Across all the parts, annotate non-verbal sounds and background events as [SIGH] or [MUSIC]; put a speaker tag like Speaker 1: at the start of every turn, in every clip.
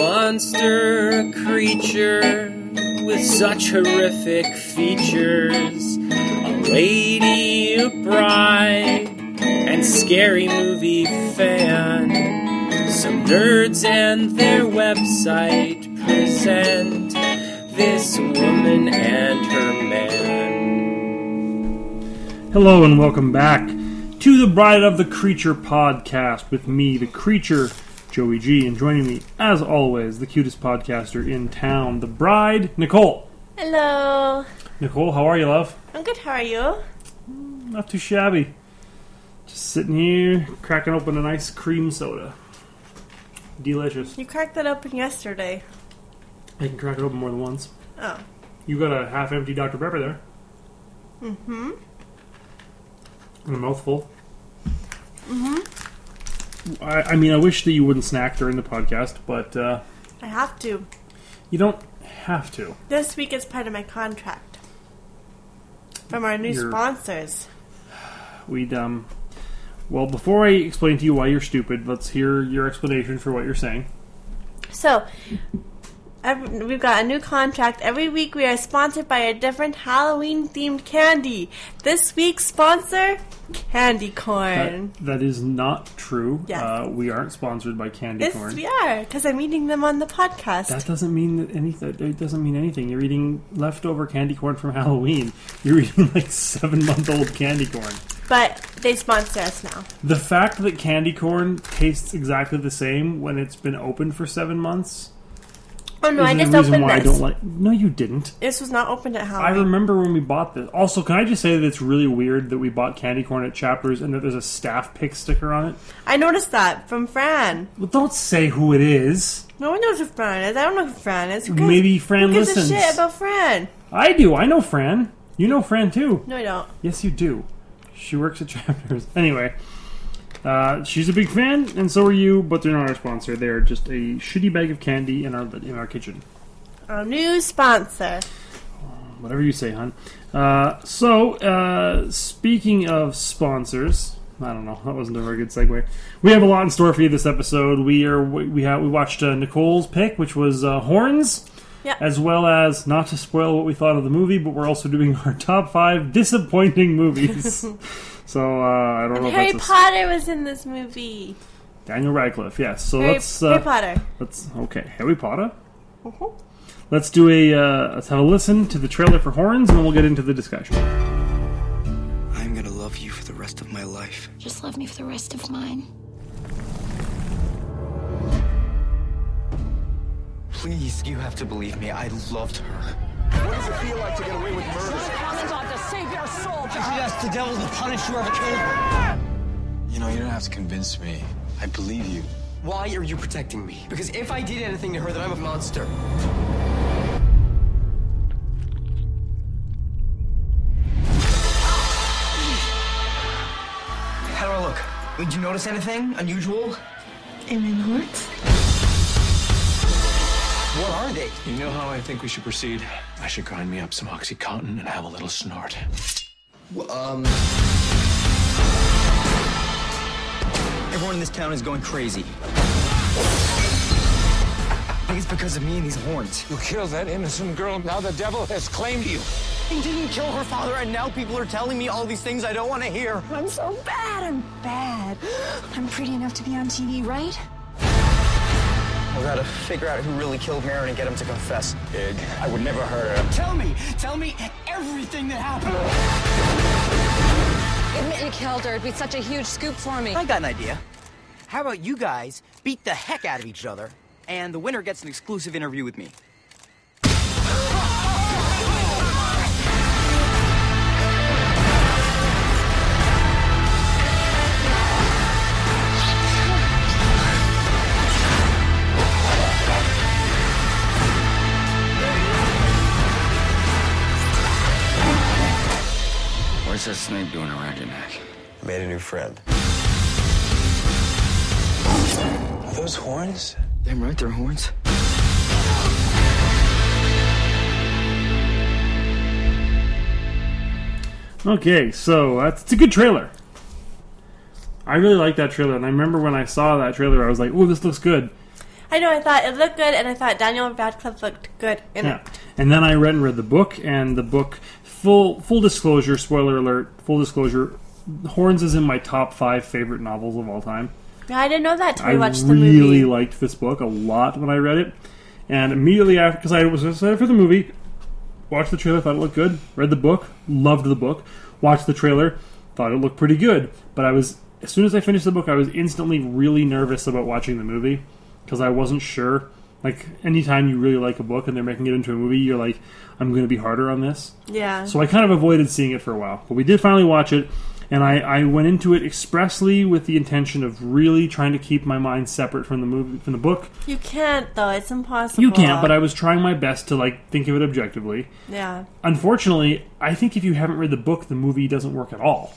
Speaker 1: monster, a creature with such horrific features. A lady, a bride, and scary movie fan. Some nerds and their website present this woman and her man.
Speaker 2: Hello and welcome back to the Bride of the Creature podcast with me, the creature, Joey G, and joining me, as always, the cutest podcaster in town, the bride, Nicole.
Speaker 3: Hello.
Speaker 2: Nicole, how are you, love?
Speaker 3: I'm good. How are you?
Speaker 2: Not too shabby. Just sitting here, cracking open an ice cream soda. Delicious.
Speaker 3: You cracked that open yesterday.
Speaker 2: I can crack it open more than once.
Speaker 3: Oh.
Speaker 2: You got a half empty Dr. Pepper there. Mm hmm. And a mouthful. Mm hmm. I, I mean, I wish that you wouldn't snack during the podcast, but uh,
Speaker 3: I have to.
Speaker 2: you don't have to.
Speaker 3: This week is part of my contract. From our new
Speaker 2: You're-
Speaker 3: sponsors.
Speaker 2: We'd, um. Well, before I explain to you why you're stupid, let's hear your explanation for what you're saying.
Speaker 3: So, ev we've got a new contract. Every week we are sponsored by a different Halloween themed candy. This week's sponsor, candy corn.
Speaker 2: That, that is not true.
Speaker 3: Yes.
Speaker 2: Uh, we aren't sponsored by Candy
Speaker 3: Yes,
Speaker 2: Corn.
Speaker 3: we are, because I'm eating them on the podcast.
Speaker 2: That doesn't mean that any. That it doesn't mean anything. You're eating leftover candy corn from [LAUGHS] Halloween. You're eating like seven month old candy corn.
Speaker 3: but they sponsor us now.
Speaker 2: The fact that candy corn tastes exactly the same when it's been open for seven months
Speaker 3: Oh no,
Speaker 2: is
Speaker 3: I
Speaker 2: the
Speaker 3: just
Speaker 2: reason
Speaker 3: opened
Speaker 2: why
Speaker 3: this.
Speaker 2: I don't like. No, you didn't.
Speaker 3: this was not opened at
Speaker 2: I
Speaker 3: Halloween.
Speaker 2: remember when we bought this. Also, can I just say that it's really weird that we bought candy corn at Chapters and that there's a staff pick sticker on it?
Speaker 3: I noticed that from Fran.
Speaker 2: Well, don't say who it is.
Speaker 3: No one knows who Fran is. I don't know who Fran is. Who gives-
Speaker 2: Maybe Fran
Speaker 3: who gives
Speaker 2: listens.
Speaker 3: a shit about Fran?
Speaker 2: I do. I know Fran. You know Fran too.
Speaker 3: No, I don't.
Speaker 2: Yes, you do. She works at [LAUGHS] Chapters. Anyway, uh, she's a big fan, and so are you. But they're not our sponsor. They're just a shitty bag of candy in our in our kitchen.
Speaker 3: Our new sponsor.
Speaker 2: Whatever you say, hon. Uh, so, uh, speaking of sponsors, I don't know. That wasn't a very good segue. We have a lot in store for you this episode. We are we have we watched uh, Nicole's pick, which was uh, Horns.
Speaker 3: Yeah.
Speaker 2: As well as not to spoil what we thought of the movie, but we're also doing [LAUGHS] our top five disappointing movies.
Speaker 3: [LAUGHS]
Speaker 2: so uh, I don't know.
Speaker 3: And
Speaker 2: if
Speaker 3: Harry
Speaker 2: that's a-
Speaker 3: Potter was in this movie.
Speaker 2: Daniel Radcliffe, yes. So
Speaker 3: Harry,
Speaker 2: let's uh,
Speaker 3: Harry Potter.
Speaker 2: let's okay, Harry Potter.
Speaker 3: Mhm.
Speaker 2: Let's do a uh, let's have a listen to the trailer for Horns, and then we'll get into the discussion.
Speaker 4: I'm gonna love you for the rest of my life.
Speaker 5: Just love me for the rest of mine.
Speaker 4: Please, you have to believe me. I loved her.
Speaker 6: What does it feel like to get away with murder?
Speaker 7: She asked the devil to punish whoever killed her.
Speaker 8: You know, you don't have to convince me. I believe you.
Speaker 7: Why are you protecting me? Because if I did anything to her, then I'm a monster.
Speaker 6: How do I look? Did you notice anything unusual? What are they?
Speaker 8: You know how I think we should proceed? I should grind me up some Oxycontin and have a little snort.
Speaker 6: Um. Everyone in this town is going crazy. I think it's because of me and these horns.
Speaker 8: You killed that innocent girl. Now the devil has claimed you.
Speaker 6: I didn't kill her father, and now people are telling me all these things I don't want to hear.
Speaker 5: I'm so bad. I'm bad. I'm pretty enough to be on TV, right?
Speaker 6: I gotta figure out who really killed Marin and get him to confess.
Speaker 8: Ed, I would never hurt her.
Speaker 7: Tell me, tell me everything that happened.
Speaker 9: Admit you killed her. It'd be such a huge scoop for me.
Speaker 6: I got an idea. How about you guys beat the heck out of each other, and the winner gets an exclusive interview with me?
Speaker 8: What's that snake doing around your neck?
Speaker 4: Made a new friend. Are those horns?
Speaker 6: Damn right, they're horns.
Speaker 2: Okay, so that's it's a good trailer. I really like that trailer, and I remember when I saw that trailer, I was like, "Oh, this looks good."
Speaker 3: I know I thought it looked good, and I thought Daniel Radcliffe looked good in
Speaker 2: Yeah.
Speaker 3: it.
Speaker 2: And then I read and read the book, and the book full full disclosure, spoiler alert, full disclosure, Horns is in my top five favorite novels of all time.
Speaker 3: Yeah, I didn't know that till we
Speaker 2: I
Speaker 3: watched the
Speaker 2: really
Speaker 3: movie.
Speaker 2: liked this book a lot when I read it, and immediately after, because I was excited for the movie, watched the trailer, thought it looked good. Read the book, loved the book. Watched the trailer, thought it looked pretty good. But I was as soon as I finished the book, I was instantly really nervous about watching the movie because I wasn't sure. Like anytime you really like a book and they're making it into a movie, you're like, I'm going to be harder on this.
Speaker 3: yeah.
Speaker 2: So I kind of avoided seeing it for a while. But we did finally watch it, and I, I went into it expressly with the intention of really trying to keep my mind separate from the movie from the book.
Speaker 3: you can't though; it's impossible.
Speaker 2: You can't, but I was trying my best to like think of it objectively.
Speaker 3: yeah.
Speaker 2: Unfortunately, I think if you haven't read the book, the movie doesn't work at all.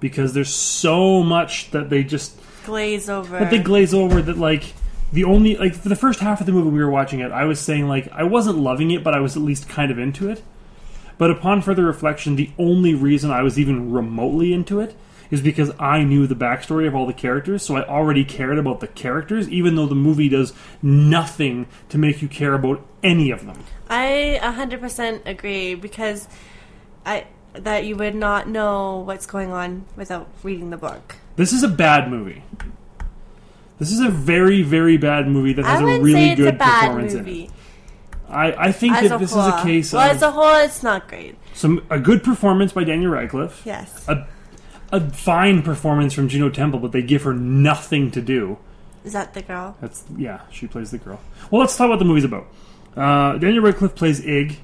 Speaker 2: Because there's so much that they just
Speaker 3: glaze over.
Speaker 2: but they glaze over that like the only like for the first half of the movie we were watching it i was saying like i wasn't loving it but i was at least kind of into it but upon further reflection the only reason i was even remotely into it is because i knew the backstory of all the characters so i already cared about the characters even though the movie does nothing to make you care about any of them
Speaker 3: I 100% agree because I that you would not know what's going on without reading the book.
Speaker 2: this is a bad movie this is a very very bad movie that has
Speaker 3: I
Speaker 2: a
Speaker 3: wouldn't
Speaker 2: really
Speaker 3: say it's
Speaker 2: good
Speaker 3: a bad
Speaker 2: performance
Speaker 3: movie.
Speaker 2: in it i, I think
Speaker 3: As
Speaker 2: that
Speaker 3: a
Speaker 2: this
Speaker 3: whole,
Speaker 2: is a case
Speaker 3: well,
Speaker 2: of
Speaker 3: as a whole, it's not great.
Speaker 2: some a good performance by Daniel Radcliffe.
Speaker 3: Yes,
Speaker 2: A a fine performance from Juno Temple, but they give her nothing to do.
Speaker 3: is that the girl?
Speaker 2: That's yeah, she plays the girl. Well, let's talk about the movie's about. Uh, Daniel Radcliffe plays Ig,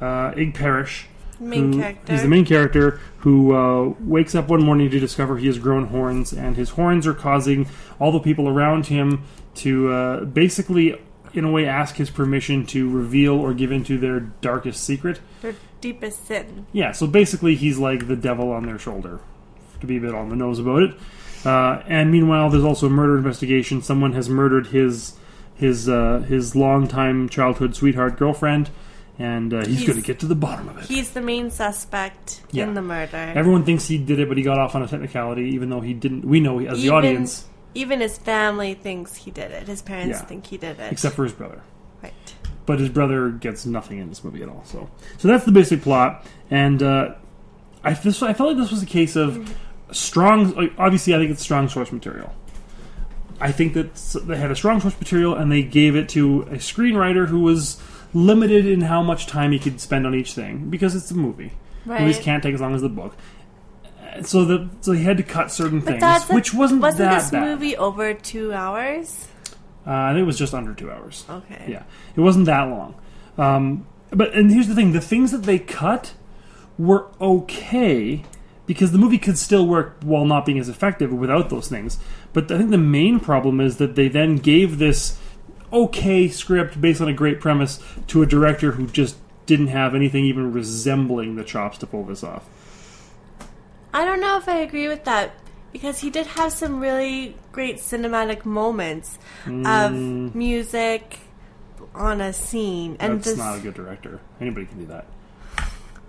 Speaker 2: uh, Ig Parrish.
Speaker 3: Main
Speaker 2: who-
Speaker 3: character.
Speaker 2: mm, He's the main character who uh, wakes up one morning to discover he has grown horns, and his horns are causing all the people around him to uh, basically, in a way, ask his permission to reveal or give into their darkest secret.
Speaker 3: Her deepest sin.
Speaker 2: Yeah, so basically he's like the devil on their shoulder, to be a bit on the nose about it. Uh, and meanwhile, there's also a murder investigation. Someone has murdered his his uh, his longtime childhood sweetheart girlfriend, and uh, he's,
Speaker 3: He's-
Speaker 2: going to get to the bottom of it.
Speaker 3: He's the main suspect
Speaker 2: Yeah.
Speaker 3: in the murder.
Speaker 2: Everyone thinks he did it, but he got off on a technicality, even though he didn't. We know as the
Speaker 3: Even-
Speaker 2: audience,
Speaker 3: Even his family thinks he did it. His parents
Speaker 2: Yeah.
Speaker 3: think he did it.
Speaker 2: except for his brother.
Speaker 3: right.
Speaker 2: but his brother gets nothing in this movie at all. So, so that's the basic plot. And uh, I this I felt like this was a case of strong. Like, obviously, I think it's strong source material. I think that s- they had a strong source material and they gave it to a screenwriter who was limited in how much time he could spend on each thing because it's a movie. Movies
Speaker 3: Right.
Speaker 2: can't take as long as the book. Uh, So the so he had to cut certain
Speaker 3: But
Speaker 2: things,
Speaker 3: that's a-
Speaker 2: which wasn't,
Speaker 3: wasn't
Speaker 2: that
Speaker 3: this
Speaker 2: bad.
Speaker 3: movie over two hours?
Speaker 2: Uh, I think it was just under two hours.
Speaker 3: Okay.
Speaker 2: Yeah, it wasn't that long. Um, but and here's the thing: the things that they cut were okay because the movie could still work while not being as effective without those things. But I think the main problem is that they then gave this okay script based on a great premise to a director who just didn't have anything even resembling the chops to pull this off.
Speaker 3: I don't know if I agree with that because he did have some really great cinematic moments
Speaker 2: Mm.
Speaker 3: of music on a scene and
Speaker 2: That's
Speaker 3: this
Speaker 2: not a good director. Anybody can do that.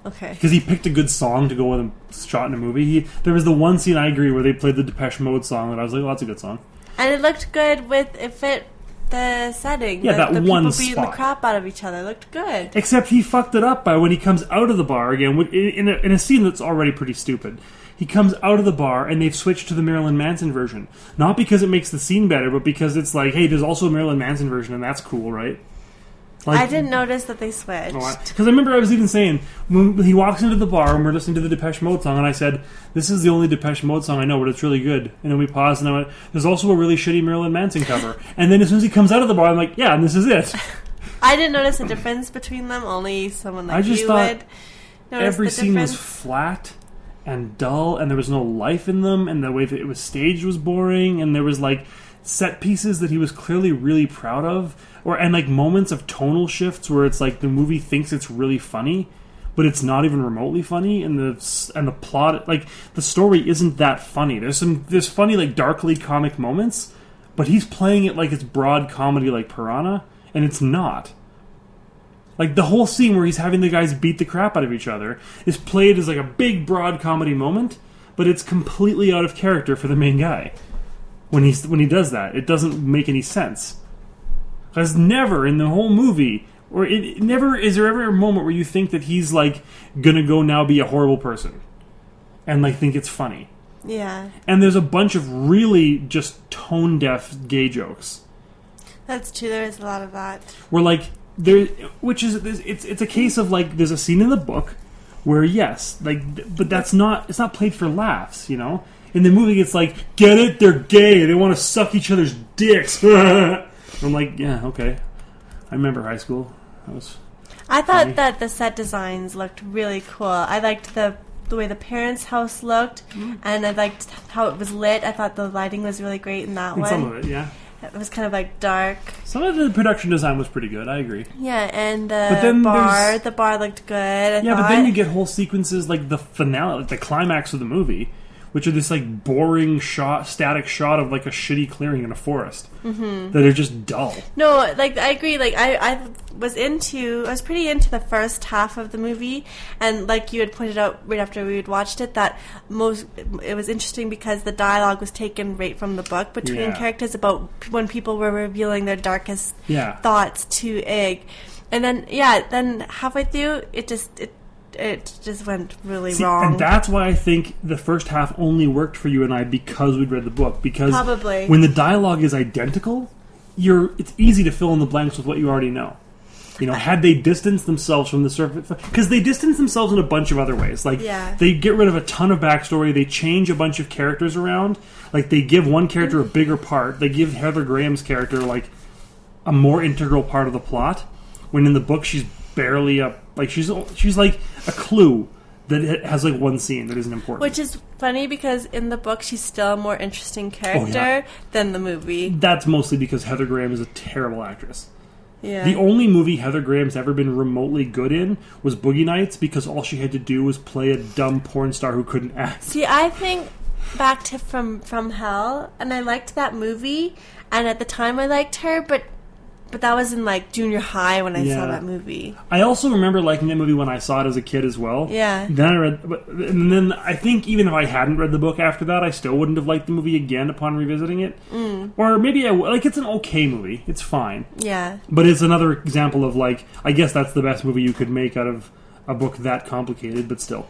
Speaker 3: okay
Speaker 2: because he picked a good song to go with a shot in a movie. He, there was the one scene I agree where they played the Depeche Mode song, and I was like, "Well, that's a good song."
Speaker 3: and it looked good with it fit the setting
Speaker 2: Yeah,
Speaker 3: the,
Speaker 2: that
Speaker 3: the
Speaker 2: one
Speaker 3: people beating the
Speaker 2: spot.
Speaker 3: crap out of each other looked good
Speaker 2: Except he fucked it up by when he comes out of the bar again wh- in in a, in a scene that's already pretty stupid. He comes out of the bar and they've switched to the Marilyn Manson version, not because it makes the scene better, but because it's like, hey, there's also a Marilyn Manson version, and that's cool, right? Like,
Speaker 3: I didn't notice that they switched
Speaker 2: Because I remember I was even saying when he walks into the bar and we're listening to the Depeche Mode song, and I said, "This is the only Depeche Mode song I know, but it's really good." And then we paused, and I went, "There's also a really shitty Marilyn Manson cover." and then as soon as he comes out of the bar, I'm like, "Yeah, and this is it."
Speaker 3: I didn't notice a difference between them only someone like
Speaker 2: I just
Speaker 3: you
Speaker 2: thought
Speaker 3: would notice
Speaker 2: Every
Speaker 3: the
Speaker 2: scene was
Speaker 3: difference.
Speaker 2: flat and dull, and there was no life in them, and the way that it was staged was boring, and there was like set pieces that he was clearly really proud of, or and like moments of tonal shifts where it's like the movie thinks it's really funny. but it's not even remotely funny and the and the plot like the story isn't that funny there's some there's funny like darkly comic moments but he's playing it like it's broad comedy like piranha and it's not like the whole scene where he's having the guys beat the crap out of each other is played as like a big broad comedy moment but it's completely out of character for the main guy when he's when he does that it doesn't make any sense Because never in the whole movie, or it, it never is there ever a moment where you think that he's like gonna go now be a horrible person, and like think it's funny.
Speaker 3: Yeah,
Speaker 2: And there's a bunch of really just tone deaf gay jokes.
Speaker 3: that's true. There is a lot of that.
Speaker 2: where like there which is there's- it's it's a case of like there's a scene in the book where yes like th- but that's not it's not played for laughs you know in the movie it's like get it they're gay they want to suck each other's dicks [LAUGHS] i'm like yeah okay i remember high school i was
Speaker 3: I thought that the set designs looked really cool. I liked the the way the parents' house looked,
Speaker 2: Mm.
Speaker 3: and I liked how it was lit. I thought the lighting was really great in that
Speaker 2: in
Speaker 3: one.
Speaker 2: some of it yeah
Speaker 3: it. was kind of like dark.
Speaker 2: some of the production design was pretty good i agree
Speaker 3: Yeah, and
Speaker 2: But then
Speaker 3: the bar
Speaker 2: there's-
Speaker 3: the bar looked good. I
Speaker 2: yeah
Speaker 3: thought.
Speaker 2: but then you get whole sequences like the finale like the climax of the movie which are this like boring shot static shot of like a shitty clearing in a forest mm-hmm. that are just dull
Speaker 3: No, like I agree. Like I, I was into, I was pretty into the first half of the movie, and like you had pointed out right after we had watched it, that most it was interesting because the dialogue was taken right from the book between
Speaker 2: Yeah.
Speaker 3: characters about p- when people were revealing their darkest
Speaker 2: Yeah.
Speaker 3: thoughts to Egg, and then yeah, then halfway through it just it it just went really
Speaker 2: See,
Speaker 3: wrong.
Speaker 2: And that's why I think the first half only worked for you and I because we'd read the book. Because
Speaker 3: Probably.
Speaker 2: when the dialogue is identical, you're it's easy to fill in the blanks with what you already know. You know, had they distanced themselves from the surface, because they distance themselves in a bunch of other ways. Like
Speaker 3: Yeah.
Speaker 2: they get rid of a ton of backstory, they change a bunch of characters around. Like they give one character a bigger part. They give Heather Graham's character like a more integral part of the plot. When in the book, she's barely a like she's she's like a clue that it has like one scene that isn't important.
Speaker 3: which is funny because in the book she's still a more interesting
Speaker 2: Oh,
Speaker 3: character than the movie.
Speaker 2: that's mostly because Heather Graham is a terrible actress.
Speaker 3: Yeah.
Speaker 2: The only movie Heather Graham's ever been remotely good in was Boogie Nights because all she had to do was play a dumb porn star who couldn't act.
Speaker 3: See, I think back to from from hell, and I liked that movie, and at the time I liked her, but but that was in like junior high when I
Speaker 2: Yeah.
Speaker 3: saw that movie.
Speaker 2: I also remember liking that movie when I saw it as a kid as well.
Speaker 3: Yeah.
Speaker 2: Then I read, but- and then I think even if I hadn't read the book after that, I still wouldn't have liked the movie again upon revisiting it. Mm. Or maybe I w- like it's an okay movie. It's fine.
Speaker 3: Yeah,
Speaker 2: But it's another example of like I guess that's the best movie you could make out of a book that complicated, but still,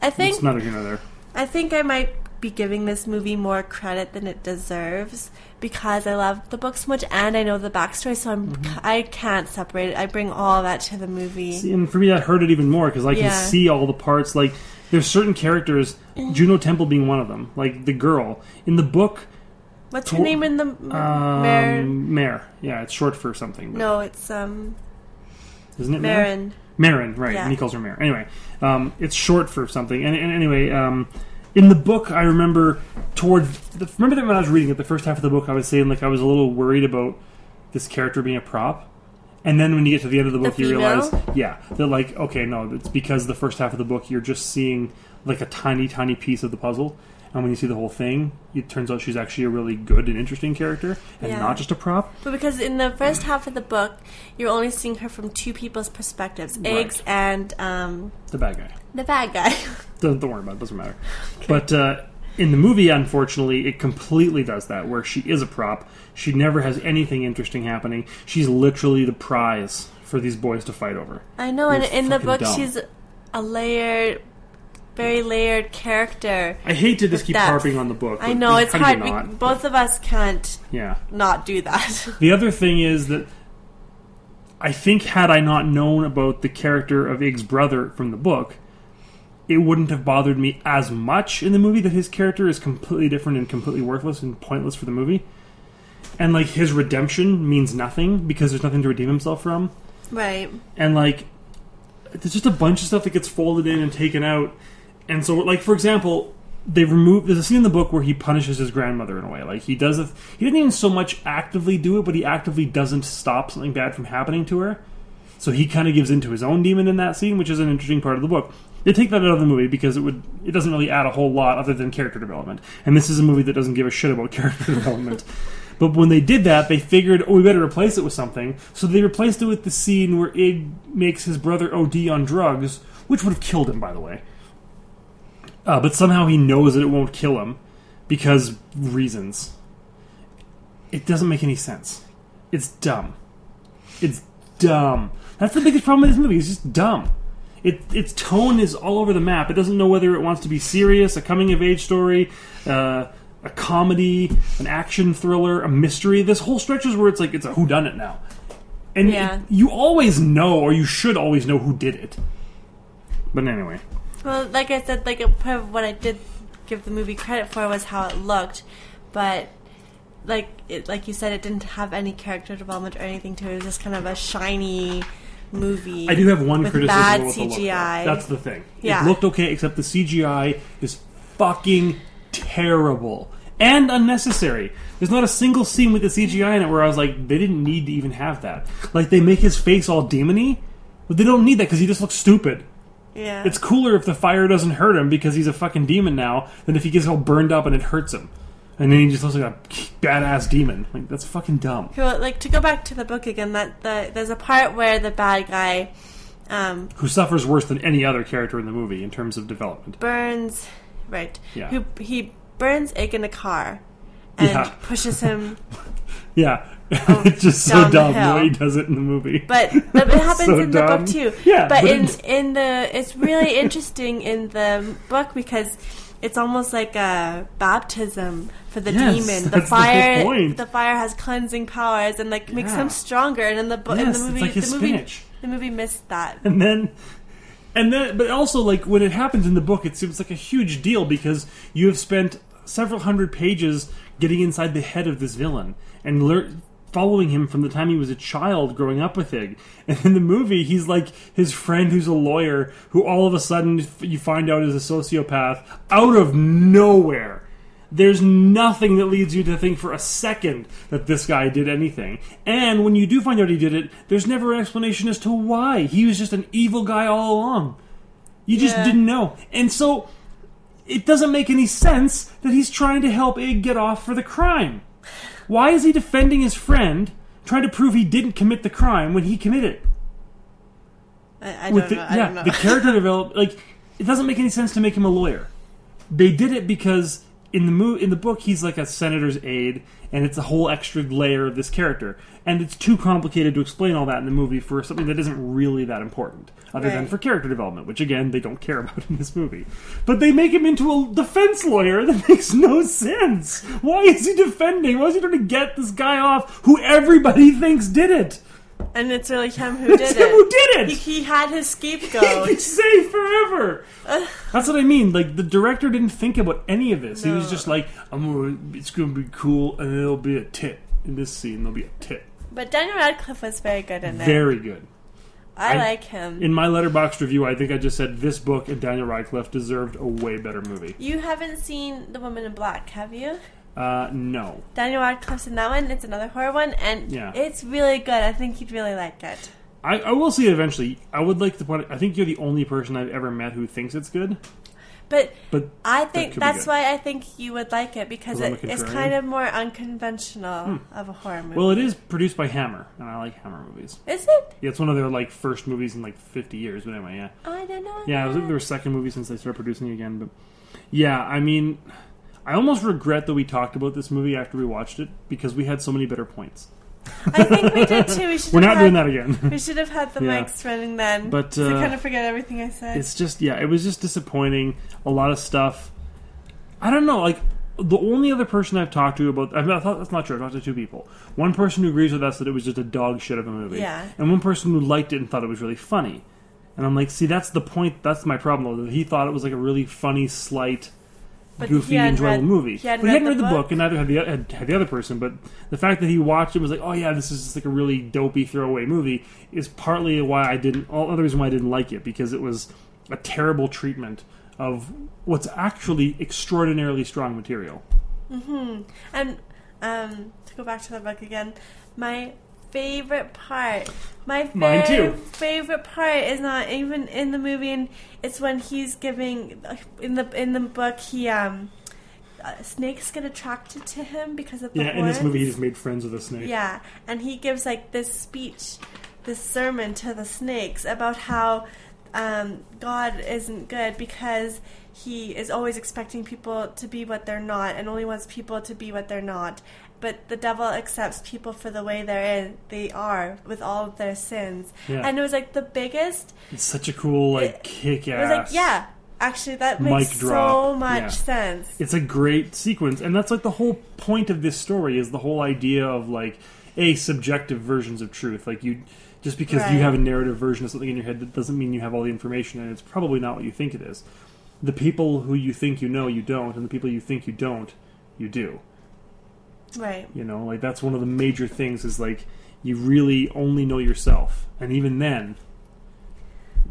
Speaker 3: I think
Speaker 2: it's neither here nor there.
Speaker 3: I think I might be giving this movie more credit than it deserves because I love the book so much and I know the backstory, so I'm
Speaker 2: Mm-hmm.
Speaker 3: I can't separate it. I bring all that to the movie.
Speaker 2: See, and for me, that hurt it even more because I can
Speaker 3: Yeah.
Speaker 2: see all the parts. Like there's certain characters, Juno Temple being one of them. Like the girl in the book,
Speaker 3: What's her
Speaker 2: Tor-
Speaker 3: name in the
Speaker 2: um,
Speaker 3: Mar-
Speaker 2: Mare. Yeah, it's short for something. But
Speaker 3: No, it's um
Speaker 2: isn't it Mare?
Speaker 3: Marin.
Speaker 2: Marin, right?
Speaker 3: Yeah.
Speaker 2: And he calls her Marin. Anyway, um, it's short for something. And, and anyway, um, in the book, I remember toward the, remember that when I was reading it, the first half of the book, I was saying like I was a little worried about this character being a prop. And then when you get to the end of the book, you
Speaker 3: female?
Speaker 2: realize, yeah, that like okay, no, it's because the first half of the book you're just seeing like a tiny, tiny piece of the puzzle. And when you see the whole thing, it turns out she's actually a really good and interesting character, and
Speaker 3: Yeah.
Speaker 2: not just a prop.
Speaker 3: But because in the first half of the book, you're only seeing her from two people's perspectives, Eggs and um,
Speaker 2: The bad guy.
Speaker 3: the bad guy. [LAUGHS]
Speaker 2: Don't, don't worry about it. Doesn't matter. But uh, in the movie, unfortunately, it completely does that, where she is a prop. She never has anything interesting happening. She's literally the prize for these boys to fight over.
Speaker 3: I know, and
Speaker 2: You're
Speaker 3: in the
Speaker 2: fucking
Speaker 3: book,
Speaker 2: dumb.
Speaker 3: she's a layered, very layered character.
Speaker 2: I hate to just keep
Speaker 3: That's-
Speaker 2: harping on the book.
Speaker 3: I
Speaker 2: but
Speaker 3: know it's
Speaker 2: how do
Speaker 3: hard.
Speaker 2: you
Speaker 3: We,
Speaker 2: not?
Speaker 3: both of us can't
Speaker 2: Yeah.
Speaker 3: not do
Speaker 2: [LAUGHS]
Speaker 3: that.
Speaker 2: The other thing is that I think had I not known about the character of Ig's brother from the book, it wouldn't have bothered me as much in the movie that his character is completely different and completely worthless and pointless for the movie. And like his redemption means nothing because there's nothing to redeem himself from.
Speaker 3: right.
Speaker 2: And like there's just a bunch of stuff that gets folded in and taken out. And so like for example, they remove there's a scene in the book where he punishes his grandmother in a way. Like he does it he didn't even so much actively do it, but he actively doesn't stop something bad from happening to her. So he kind of gives into his own demon in that scene, which is an interesting part of the book. They take that out of the movie because it would it doesn't really add a whole lot other than character development. And this is a movie that doesn't give a shit about [LAUGHS] character development. But when they did that, they figured, oh, we better replace it with something. So they replaced it with the scene where Ig makes his brother OD on drugs, which would have killed him, by the way. Uh, but somehow he knows that it won't kill him because reasons. It doesn't make any sense. It's dumb. It's dumb. That's the biggest problem with this movie. It's just dumb. It, its tone is all over the map. It doesn't know whether it wants to be serious, a coming of age story, uh, a comedy, an action thriller, a mystery. This whole stretch is where it's like it's a whodunit now. And
Speaker 3: Yeah.
Speaker 2: it- you always know, or you should always know who did it. But anyway,
Speaker 3: Well, like I said, like part of what I did give the movie credit for was how it looked, but like it, like you said, it didn't have any character development or anything to it. It was just kind of a shiny movie.
Speaker 2: I do have one
Speaker 3: with
Speaker 2: criticism
Speaker 3: Bad
Speaker 2: of what the look
Speaker 3: CGI.
Speaker 2: was. That's the thing.
Speaker 3: Yeah.
Speaker 2: It looked okay, except the CGI is fucking terrible and unnecessary. There's not a single scene with the CGI in it where I was like, they didn't need to even have that. Like they make his face all demony, but they don't need that because he just looks stupid.
Speaker 3: yeah.
Speaker 2: It's cooler if the fire doesn't hurt him because he's a fucking demon now than if he gets all burned up and it hurts him. And then he just looks like a badass demon. Like that's fucking dumb.
Speaker 3: Well, like to go back to the book again. That the, there's a part where the bad guy um,
Speaker 2: Who suffers worse than any other character in the movie in terms of development.
Speaker 3: burns, right?
Speaker 2: Yeah.
Speaker 3: Who he burns Ig in a car and
Speaker 2: Yeah.
Speaker 3: pushes him
Speaker 2: Yeah. [LAUGHS] it's just so
Speaker 3: down the
Speaker 2: dumb the way
Speaker 3: hill.
Speaker 2: he does it in the movie.
Speaker 3: but but it
Speaker 2: [LAUGHS]
Speaker 3: happens
Speaker 2: So
Speaker 3: in
Speaker 2: dumb.
Speaker 3: the book too.
Speaker 2: Yeah,
Speaker 3: but,
Speaker 2: but
Speaker 3: in
Speaker 2: it's-
Speaker 3: in the it's really interesting in the book because it's almost like a baptism for the
Speaker 2: Yes,
Speaker 3: demon. The
Speaker 2: that's the whole
Speaker 3: fire
Speaker 2: point.
Speaker 3: fire has cleansing powers and like makes
Speaker 2: Yeah.
Speaker 3: him stronger. And in the book,
Speaker 2: Yes,
Speaker 3: in
Speaker 2: it's
Speaker 3: the movie,
Speaker 2: like his
Speaker 3: the movie,
Speaker 2: spinach.
Speaker 3: the movie missed that.
Speaker 2: and then and then but also like when it happens in the book it seems like a huge deal because you have spent several hundred pages getting inside the head of this villain and lear- following him from the time he was a child growing up with Ig. And in the movie he's like his friend who's a lawyer who all of a sudden f- you find out is a sociopath out of nowhere. There's nothing that leads you to think for a second that this guy did anything. And when you do find out he did it, there's never an explanation as to why. He was just an evil guy all along. You just
Speaker 3: Yeah.
Speaker 2: didn't know. And so it doesn't make any sense that he's trying to help Ig get off for the crime. Why is he defending his friend, trying to prove he didn't commit the crime when he committed it?
Speaker 3: I, I
Speaker 2: with
Speaker 3: don't
Speaker 2: the,
Speaker 3: know. I
Speaker 2: yeah,
Speaker 3: don't know.
Speaker 2: the
Speaker 3: [LAUGHS]
Speaker 2: character development. Like, it doesn't make any sense to make him a lawyer. They did it because in the mo- in the book he's like a senator's aide, and it's a whole extra layer of this character, and it's too complicated to explain all that in the movie for something that isn't really that important, other than
Speaker 3: Right.
Speaker 2: for character development, which again they don't care [LAUGHS] about in this movie. But they make him into a defense lawyer [LAUGHS] that makes no sense. Why is he defending? Why is he trying to get this guy off who everybody [LAUGHS] thinks did it?
Speaker 3: and it's really him who did
Speaker 2: [LAUGHS] It's
Speaker 3: it.
Speaker 2: him who did it.
Speaker 3: He, he had his
Speaker 2: [LAUGHS]
Speaker 3: scapegoat.
Speaker 2: He'd be safe forever. That's what I mean. Like the director didn't think about any of this. He was just like, "I'm gonna, it's gonna be cool, and it'll be a tit in this scene. There'll be a tit.
Speaker 3: but Daniel Radcliffe was very good in it.
Speaker 2: Very good."
Speaker 3: I,
Speaker 2: I-
Speaker 3: like him.
Speaker 2: In my letterbox review, I think I just said this book and Daniel Radcliffe deserved a way better movie.
Speaker 3: you haven't seen The Woman in Black, have you?
Speaker 2: Uh, no,
Speaker 3: Daniel Radcliffe's in that one. It's another horror one, and
Speaker 2: Yeah.
Speaker 3: it's really good. I think you'd really like it.
Speaker 2: I, I will see it eventually. I would like to put. it- I think you're the only person I've ever met who thinks it's good.
Speaker 3: But
Speaker 2: But
Speaker 3: I
Speaker 2: that
Speaker 3: think
Speaker 2: could be
Speaker 3: that's
Speaker 2: good.
Speaker 3: why I think you would like it because
Speaker 2: 'Cause I'm
Speaker 3: it,
Speaker 2: a
Speaker 3: it's
Speaker 2: contrarian? Hmm.
Speaker 3: kind of more unconventional of a horror movie.
Speaker 2: Well, it is produced by Hammer, and I like Hammer movies.
Speaker 3: is it? Oh,
Speaker 2: Yeah, it's one of their like first movies in like 50 years. But anyway, yeah.
Speaker 3: I don't know.
Speaker 2: Yeah, it was like their second movie since they started producing again. But yeah, I mean, I almost regret that we talked about this movie after we watched it because we had so many better points.
Speaker 3: I
Speaker 2: [LAUGHS]
Speaker 3: think we did too. We should
Speaker 2: We're not
Speaker 3: have had,
Speaker 2: doing that again. [LAUGHS]
Speaker 3: We should have had the
Speaker 2: Yeah.
Speaker 3: mics running then.
Speaker 2: But,
Speaker 3: I
Speaker 2: uh,
Speaker 3: kind of forget everything I said.
Speaker 2: it's just yeah, it was just disappointing. A lot of stuff. I don't know. Like the only other person I've talked to about, I mean, I thought that's not true. I've talked to two people. One person who agrees with us that it was just a dog shit of a movie,
Speaker 3: Yeah.
Speaker 2: and one person who liked it and thought it was really funny. And I'm like, see, that's the point. That's my problem. though, that He thought it was like a really funny, slight.
Speaker 3: But
Speaker 2: goofy,
Speaker 3: he hadn't
Speaker 2: enjoyable
Speaker 3: read-
Speaker 2: movie.
Speaker 3: he hadn't
Speaker 2: but he
Speaker 3: read
Speaker 2: hadn't read
Speaker 3: the
Speaker 2: the book,
Speaker 3: book.
Speaker 2: and neither had the, had, had the other person. But the fact that he watched it was like, oh yeah, this is just like a really dopey throwaway movie. Is partly why I didn't. All other reason why I didn't like it because it was a terrible treatment of what's actually extraordinarily strong material.
Speaker 3: Hmm. And um, to go back to the book again, my favorite part, my
Speaker 2: Mine
Speaker 3: very
Speaker 2: too.
Speaker 3: favorite part is not even in the movie, and it's when he's giving in the in the book he um uh, snakes get attracted to him because of the
Speaker 2: Yeah, in this movie, he
Speaker 3: horns.
Speaker 2: just made friends with a snake.
Speaker 3: Yeah, and he gives like this speech, this sermon to the snakes about how um, God isn't good because he is always expecting people to be what they're not and only wants people to be what they're not. But the devil accepts people for the way they're in, they are with all of their sins.
Speaker 2: Yeah.
Speaker 3: And it was like the biggest.
Speaker 2: It's such a cool like kick
Speaker 3: It was
Speaker 2: ass.
Speaker 3: like, yeah, actually, that
Speaker 2: Mic
Speaker 3: makes so
Speaker 2: drop.
Speaker 3: much
Speaker 2: Yeah.
Speaker 3: sense.
Speaker 2: it's a great sequence and that's like the whole point of this story is the whole idea of like a subjective versions of truth like you just because you
Speaker 3: Right.
Speaker 2: have a narrative version of something in your head that doesn't mean you have all the information and it's probably not what you think it is the people who you think you know you don't and the people you think you don't you do
Speaker 3: Right.
Speaker 2: you know like that's one of the major things is like you really only know yourself and even then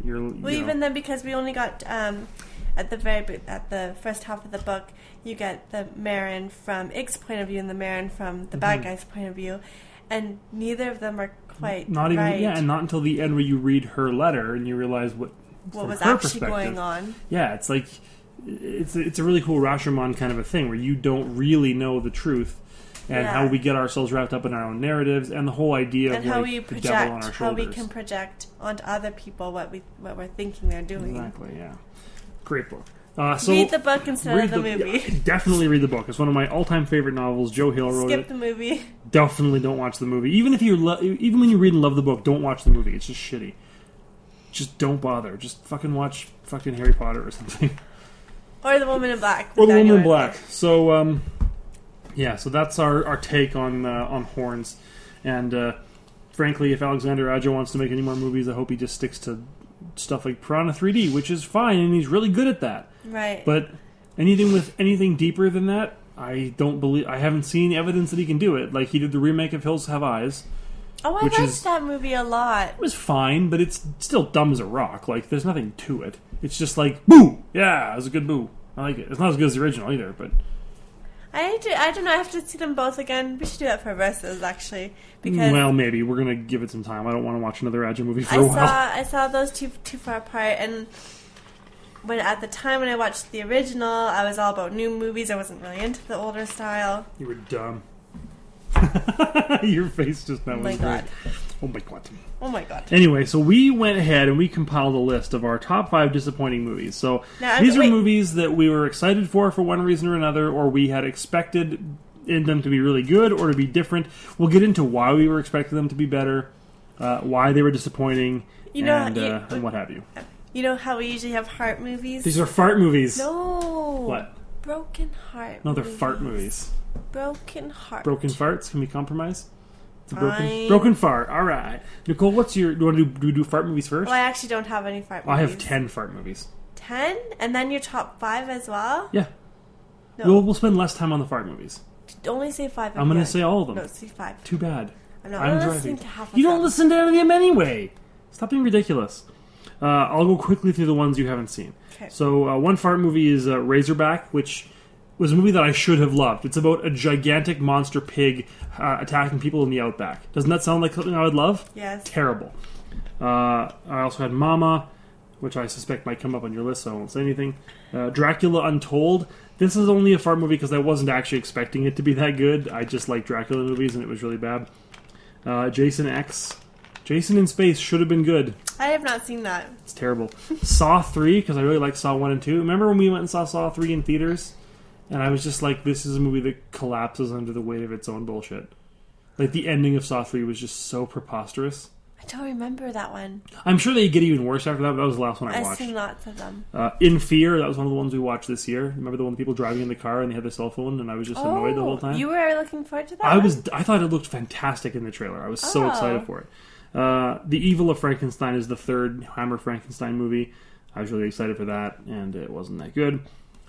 Speaker 2: you're you
Speaker 3: Well,
Speaker 2: know,
Speaker 3: even then, because we only got um, at the very be- at the first half of the book, you get the Marin from Ig's point of view and the Marin from the bad
Speaker 2: Mm-hmm.
Speaker 3: guy's point of view, and neither of them are quite
Speaker 2: not even
Speaker 3: right
Speaker 2: yeah and not until the end where you read her letter and you realize what
Speaker 3: what
Speaker 2: from
Speaker 3: was
Speaker 2: her
Speaker 3: actually
Speaker 2: perspective.
Speaker 3: going on.
Speaker 2: yeah, it's like it's it's a really cool Rashomon kind of a thing where you don't really know the truth and
Speaker 3: Yeah.
Speaker 2: how we get ourselves wrapped up in our own narratives and the whole idea
Speaker 3: And
Speaker 2: of
Speaker 3: how
Speaker 2: like,
Speaker 3: we
Speaker 2: the devil on
Speaker 3: project,
Speaker 2: our
Speaker 3: how we
Speaker 2: shoulders.
Speaker 3: can project onto other people what we what we're thinking they're doing.
Speaker 2: exactly, yeah. Great book. Uh, so
Speaker 3: read the book instead
Speaker 2: read
Speaker 3: of the, movie. [LAUGHS]
Speaker 2: yeah, [LAUGHS] definitely read the book. It's one of my all-time favorite novels. Joe Hill wrote
Speaker 3: Skip
Speaker 2: it.
Speaker 3: the movie. [LAUGHS]
Speaker 2: Definitely don't watch the movie. Even if you lo- even when you read and love the book, don't watch the movie. It's just shitty. Just don't bother. Just fucking watch fucking Harry Potter or something.
Speaker 3: Or the Woman in Black.
Speaker 2: or the
Speaker 3: without
Speaker 2: woman in
Speaker 3: your-
Speaker 2: black. So um, yeah, so that's our, our take on uh, on horns, and uh, frankly, if Alexander Aja wants to make any more movies, I hope he just sticks to stuff like Piranha 3D, which is fine, and he's really good at that.
Speaker 3: Right.
Speaker 2: But anything with anything deeper than that, I don't believe. I haven't seen evidence that he can do it. Like he did the remake of Hills Have Eyes.
Speaker 3: oh, I
Speaker 2: which
Speaker 3: liked
Speaker 2: is-
Speaker 3: that movie a lot.
Speaker 2: It was fine, but it's still dumb as a rock. Like there's nothing to it. It's just like boo. Yeah, it was a good boo. I like it. It's not as good as the original either, but
Speaker 3: I, do, I don't know. I have to see them both again. We should do that for verses, actually, because
Speaker 2: well, maybe we're gonna give it some time. I don't want to watch another Adja movie for
Speaker 3: I
Speaker 2: a while. [LAUGHS]
Speaker 3: saw I saw those two too far apart, and when at the time when I watched the original, I was all about new movies. I wasn't really into the older style.
Speaker 2: You were dumb. [LAUGHS] Your face just now
Speaker 3: Oh my
Speaker 2: was
Speaker 3: god!
Speaker 2: great. Oh my god.
Speaker 3: Oh my god!
Speaker 2: Anyway, so we went ahead and we compiled a list of our top five disappointing movies. So
Speaker 3: Now, I'm-
Speaker 2: these are
Speaker 3: wait.
Speaker 2: movies that we were excited for for one reason or another, or we had expected in them to be really good or to be different. We'll get into why we were expecting them to be better, uh, why they were disappointing,
Speaker 3: You know,
Speaker 2: and,
Speaker 3: you-
Speaker 2: uh, and what
Speaker 3: [LAUGHS]
Speaker 2: have you.
Speaker 3: You know how we usually have heart movies?
Speaker 2: These are fart movies.
Speaker 3: no.
Speaker 2: What?
Speaker 3: Broken heart.
Speaker 2: No, they're fart movies.
Speaker 3: Broken heart.
Speaker 2: Broken farts? Can we compromise? It's a
Speaker 3: Fine.
Speaker 2: broken, broken fart. All right, Nicole. What's your? Do you want to do, do, we do fart movies first?
Speaker 3: Well, I actually don't have any fart
Speaker 2: I
Speaker 3: movies.
Speaker 2: have ten fart movies.
Speaker 3: Ten, and then your top five as well.
Speaker 2: Yeah,
Speaker 3: No,
Speaker 2: we'll we'll spend less time on the fart movies.
Speaker 3: only say five.
Speaker 2: I'm gonna
Speaker 3: again.
Speaker 2: say all of them.
Speaker 3: No, say five.
Speaker 2: Too bad.
Speaker 3: I'm not
Speaker 2: I'm
Speaker 3: listening
Speaker 2: driving.
Speaker 3: to half of
Speaker 2: You don't
Speaker 3: them.
Speaker 2: listen to any of them anyway. Stop being ridiculous. Uh, I'll go quickly through the ones you haven't seen.
Speaker 3: 'Kay.
Speaker 2: So uh, one fart movie is uh, Razorback, which was a movie that I should have loved. It's about a gigantic monster pig uh, attacking people in the outback. Doesn't that sound like something I would love?
Speaker 3: Yes.
Speaker 2: Terrible. Uh, I also had Mama, which I suspect might come up on your list, so I won't say anything. Uh, Dracula Untold. This is only a fart movie because I wasn't actually expecting it to be that good. I just like Dracula movies, and it was really bad. Uh, Jason X. Jason in Space should have been good.
Speaker 3: I have not seen that.
Speaker 2: It's terrible. Saw 3, because I really like Saw 1 and 2. Remember when we went and saw Saw 3 in theaters? And I was just like, this is a movie that collapses under the weight of its own bullshit. Like, the ending of Saw 3 was just so preposterous.
Speaker 3: I don't remember that one.
Speaker 2: I'm sure they get even worse after that, but that was the last one I
Speaker 3: I've
Speaker 2: watched.
Speaker 3: seen lots of them.
Speaker 2: Uh, in Fear, that was one of the ones we watched this year. Remember the one with people driving in the car and they had their cell phone, and I was just annoyed the whole time?
Speaker 3: Oh, You were looking forward to that.
Speaker 2: I
Speaker 3: one?
Speaker 2: was. I thought it looked fantastic in the trailer. I was so
Speaker 3: Oh.
Speaker 2: excited for it. Uh, the Evil of Frankenstein is the third Hammer Frankenstein movie. I was really excited for that, and it wasn't that good.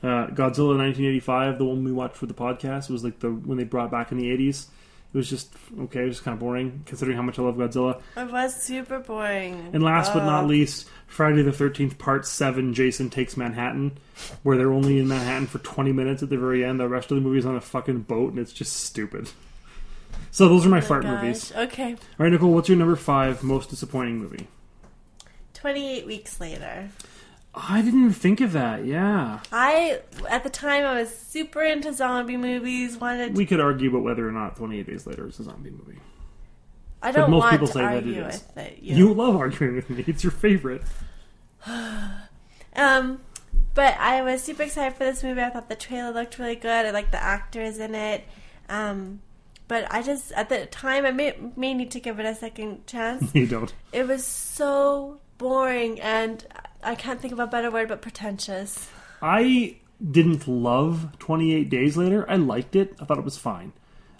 Speaker 2: Uh, Godzilla 1985, the one we watched for the podcast, was like the when they brought back in the 80s. It was just okay. It was kind of boring considering how much I love Godzilla.
Speaker 3: It was super boring.
Speaker 2: And last but
Speaker 3: Oh.
Speaker 2: not least, Friday the 13th, Part 7, Jason Takes Manhattan, where they're only in Manhattan for 20 minutes at the very end. The rest of the movie is on a fucking boat, and it's just stupid. So those are my fart
Speaker 3: Gosh.
Speaker 2: movies.
Speaker 3: Okay,
Speaker 2: All right, Nicole, what's your number five most disappointing movie?
Speaker 3: twenty-eight weeks later,
Speaker 2: I didn't even think of that, yeah.
Speaker 3: I at the time I was super into zombie movies. Wanted
Speaker 2: We could argue about whether or not 28 Days Later is a zombie movie.
Speaker 3: I don't
Speaker 2: most
Speaker 3: want
Speaker 2: people
Speaker 3: to
Speaker 2: say that it
Speaker 3: argue
Speaker 2: is.
Speaker 3: with it.
Speaker 2: You love arguing with me, it's your favorite.
Speaker 3: Um, but I was super excited for this movie. I thought the trailer looked really good. I liked the actors in it. Um, but I just at the time I may, may need to give it a second chance.
Speaker 2: You don't.
Speaker 3: it was so boring and I can't think of a better word but pretentious.
Speaker 2: I didn't love 28 Days Later. I liked it. I thought it was fine.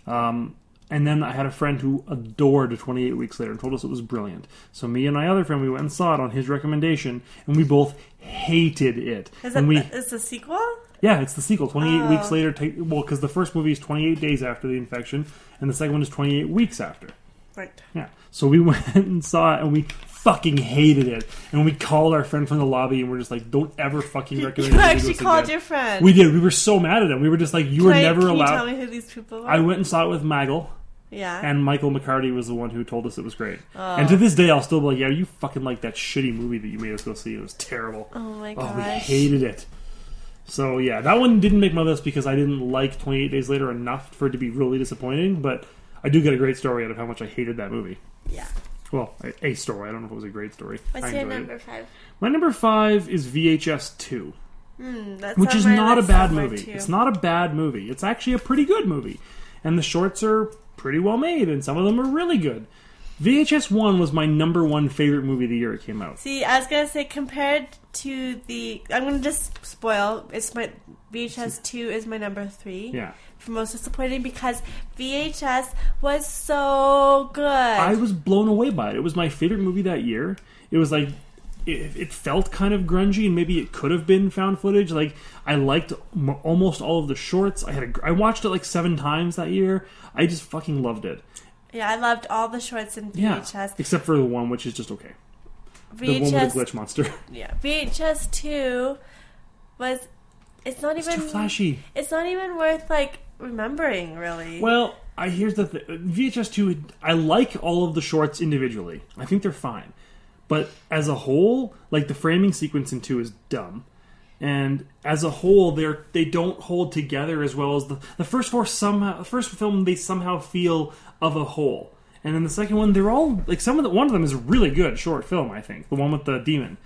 Speaker 2: Um, and then I had a friend who adored 28 Weeks Later and told us it was brilliant. So me and my other friend, we went and saw it on his recommendation, and we both hated it.
Speaker 3: Is that
Speaker 2: and we,
Speaker 3: is the Oh. sequel?
Speaker 2: yeah, it's the sequel. 28 Weeks Later. Take, well, because the first movie is 28 days after the infection, and the second one is 28 weeks after.
Speaker 3: Right.
Speaker 2: Yeah. So we [LAUGHS] went and saw it, and we fucking hated it. And we called our friend from the lobby, and we're just like, "Don't ever fucking
Speaker 3: [LAUGHS]
Speaker 2: recommend."
Speaker 3: You
Speaker 2: it to
Speaker 3: actually
Speaker 2: us
Speaker 3: called
Speaker 2: again."
Speaker 3: your friend.
Speaker 2: We did. We were so mad at him. We were just like, "You were
Speaker 3: Can I-
Speaker 2: never
Speaker 3: can You
Speaker 2: allowed."
Speaker 3: tell me Uh. who these people were.
Speaker 2: I went and saw it with Maggle,
Speaker 3: yeah.
Speaker 2: and Michael McCarty was the one who told us it was great.
Speaker 3: Oh.
Speaker 2: and to this day, I'll still be like, "Yeah, you fucking like that shitty movie that you made us go see. It was terrible.
Speaker 3: oh my
Speaker 2: Oh, we
Speaker 3: gosh.
Speaker 2: hated it." So yeah, that one didn't make my list because I didn't like 28 Days Later enough for it to be really disappointing. But I do get a great story out of how much I hated that movie.
Speaker 3: yeah.
Speaker 2: Well, a- a story. I don't know if it was a great story.
Speaker 3: What's
Speaker 2: I
Speaker 3: your
Speaker 2: enjoyed
Speaker 3: number
Speaker 2: It.
Speaker 3: five?
Speaker 2: My number five is VHS two,
Speaker 3: Mm, that's
Speaker 2: which
Speaker 3: on
Speaker 2: is
Speaker 3: my
Speaker 2: not a
Speaker 3: list
Speaker 2: bad
Speaker 3: somewhere,
Speaker 2: movie.
Speaker 3: too.
Speaker 2: It's not a bad movie. It's actually a pretty good movie, and the shorts are pretty well made, and some of them are really good. VHS one was my number one favorite movie the year it came out.
Speaker 3: See, I was gonna say compared to the, I'm gonna just spoil. It's my VHS two is my number three.
Speaker 2: Yeah,
Speaker 3: For most disappointing because VHS was so good.
Speaker 2: I was blown away by it. It was my favorite movie that year. It was like it, it felt kind of grungy, and maybe it could have been found footage. Like I liked m- almost all of the shorts. I had a gr- I watched it like seven times that year. I just fucking loved it.
Speaker 3: yeah, I loved all the shorts in
Speaker 2: Yeah,
Speaker 3: VHS.
Speaker 2: except for the one which is just okay. The one with
Speaker 3: VHS,
Speaker 2: the glitch monster. [LAUGHS]
Speaker 3: yeah, VHS two was. It's not
Speaker 2: it's too
Speaker 3: even.
Speaker 2: flashy.
Speaker 3: It's not even worth like remembering, really.
Speaker 2: Well, I here's the th- VHS two. I like all of the shorts individually. I think they're fine, but as a whole, like the framing sequence in two is dumb, and as a whole, they're they don't hold together as well as the the first four somehow. The first film they somehow feel of a whole, and then the second one they're all like some of the one of them is a really good short film. I think the one with the demon.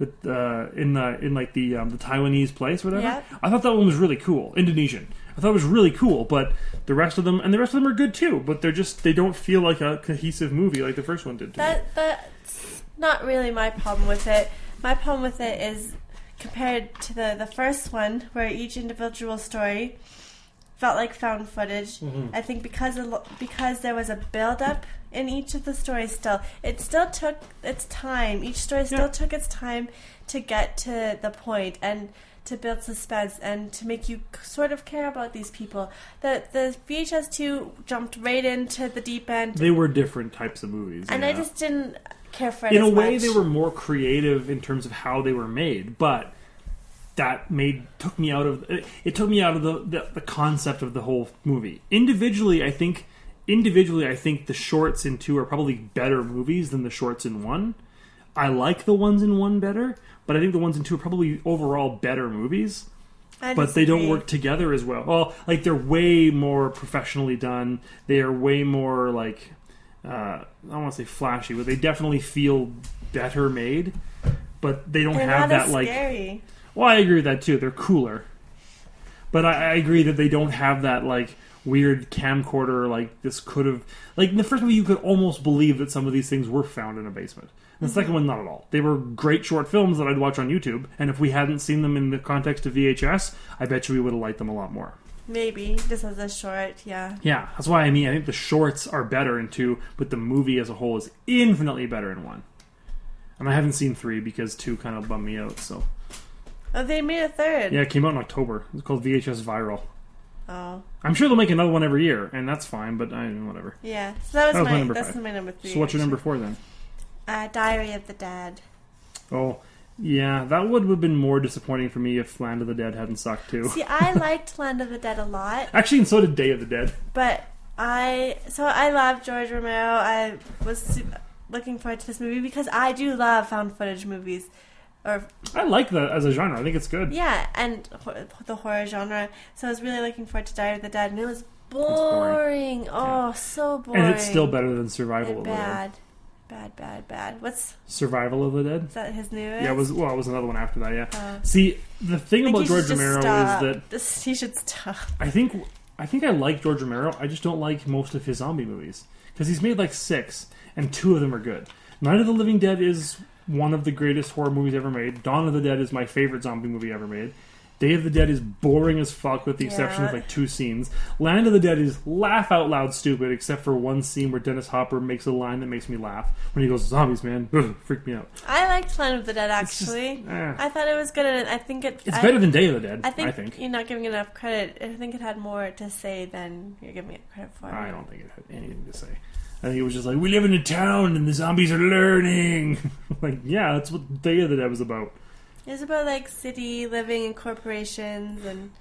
Speaker 2: With, uh, in the in like the um, the Taiwanese place, whatever.
Speaker 3: Yep.
Speaker 2: I thought that one was really cool. Indonesian. I thought it was really cool, but the rest of them and the rest of them are good too, but they're just they don't feel like a cohesive movie like the first one did to me.
Speaker 3: That that's not really my problem with it. My problem with it is compared to the the first one, where each individual story felt like found footage.
Speaker 2: Mm-hmm.
Speaker 3: I think because a lo- because there was a build up in each of the stories. Still, it still took its time. Each story still
Speaker 2: Yeah.
Speaker 3: took its time to get to the point and. To build suspense and to make you c- sort of care about these people, the the VHS two jumped right into the deep end
Speaker 2: They were different types of movies.
Speaker 3: and I
Speaker 2: yeah.
Speaker 3: just didn't care for it.
Speaker 2: in a
Speaker 3: as
Speaker 2: way
Speaker 3: much.
Speaker 2: they were more creative in terms of how they were made, but that made took me out of it, it took me out of the, the the concept of the whole movie. Individually, I think individually I think the shorts in 2 are probably better movies than the shorts in 1. I like the ones in 1 better, but I think the ones in 2 are probably overall better movies.
Speaker 3: I
Speaker 2: but they don't
Speaker 3: disagree.
Speaker 2: work together as well. Well, like they're way more professionally done. They are way more like uh, I don't want to say flashy, but they definitely feel better made. But they don't
Speaker 3: They're
Speaker 2: have
Speaker 3: not
Speaker 2: that
Speaker 3: as
Speaker 2: like.
Speaker 3: scary.
Speaker 2: Well, I agree with that too. They're cooler, but I, I agree that they don't have that like weird camcorder. Like this could have like in the first movie, you could almost believe that some of these things were found in a basement. The second one, not at all. They were great short films that I'd watch on YouTube, and if we hadn't seen them in the context of VHS, I bet you we would have liked them a lot more.
Speaker 3: Maybe this is a short. Yeah,
Speaker 2: Yeah, that's why I mean I think the shorts are better in two, but the movie as a whole is infinitely better in one. And I haven't seen three because two kind of bummed me out. So
Speaker 3: oh, they made a third.
Speaker 2: yeah, it came out in October. It's called VHS Viral.
Speaker 3: Oh,
Speaker 2: I'm sure they'll make another one every year, and that's fine. But I mean, whatever.
Speaker 3: yeah. So that was,
Speaker 2: That was my
Speaker 3: my,
Speaker 2: number
Speaker 3: that's
Speaker 2: five.
Speaker 3: my number three.
Speaker 2: So what's your number four then?
Speaker 3: Uh, Diary of the Dead.
Speaker 2: Oh, yeah, that would have been more disappointing for me if Land of the Dead hadn't sucked too.
Speaker 3: See, I liked [LAUGHS] Land of the Dead a lot,
Speaker 2: Actually, and so did Day of the Dead.
Speaker 3: but I so I love George Romero. I was su- looking forward to this movie because I do love found footage movies, or
Speaker 2: I like that as a genre. I think it's good.
Speaker 3: Yeah, and ho- the horror genre. So I was really looking forward to Diary of the Dead, and it was
Speaker 2: boring.
Speaker 3: boring. Oh, so boring.
Speaker 2: and it's still better than Survival
Speaker 3: and
Speaker 2: of the Dead.
Speaker 3: bad. Bad, bad, bad. What's is
Speaker 2: Survival of the Dead.
Speaker 3: that? His newest?
Speaker 2: Yeah, it was well, it was another one after that. Yeah. See, the thing
Speaker 3: Uh, I think
Speaker 2: about
Speaker 3: he should
Speaker 2: George
Speaker 3: just
Speaker 2: Romero
Speaker 3: stop.
Speaker 2: is that
Speaker 3: This- he should stop. [LAUGHS]
Speaker 2: I think I think I like George Romero. I just don't like most of his zombie movies because he's made like six, and two of them are good. Night of the Living Dead is one of the greatest horror movies ever made. Dawn of the Dead is my favorite zombie movie ever made. Day of the Dead is boring as fuck, with the exception of
Speaker 3: Yeah.
Speaker 2: like two scenes. Land of the Dead is laugh out loud stupid, except for one scene where Dennis Hopper makes a line that makes me laugh when he goes zombies, man, [LAUGHS] Ugh, freak me out.
Speaker 3: I liked Planet of the Dead
Speaker 2: just-
Speaker 3: actually.
Speaker 2: eh.
Speaker 3: I thought it was good, and I think it.
Speaker 2: It's
Speaker 3: I,
Speaker 2: better than Day of the Dead,
Speaker 3: I think,
Speaker 2: I think.
Speaker 3: you're not giving it enough credit. I think it had more to say than you're giving it credit for.
Speaker 2: I don't think it had anything to say. I think it was just like, we live in a town and the zombies are learning. [LAUGHS] like, yeah, that's what Day of the Dead was about.
Speaker 3: It's about like city living and corporations, and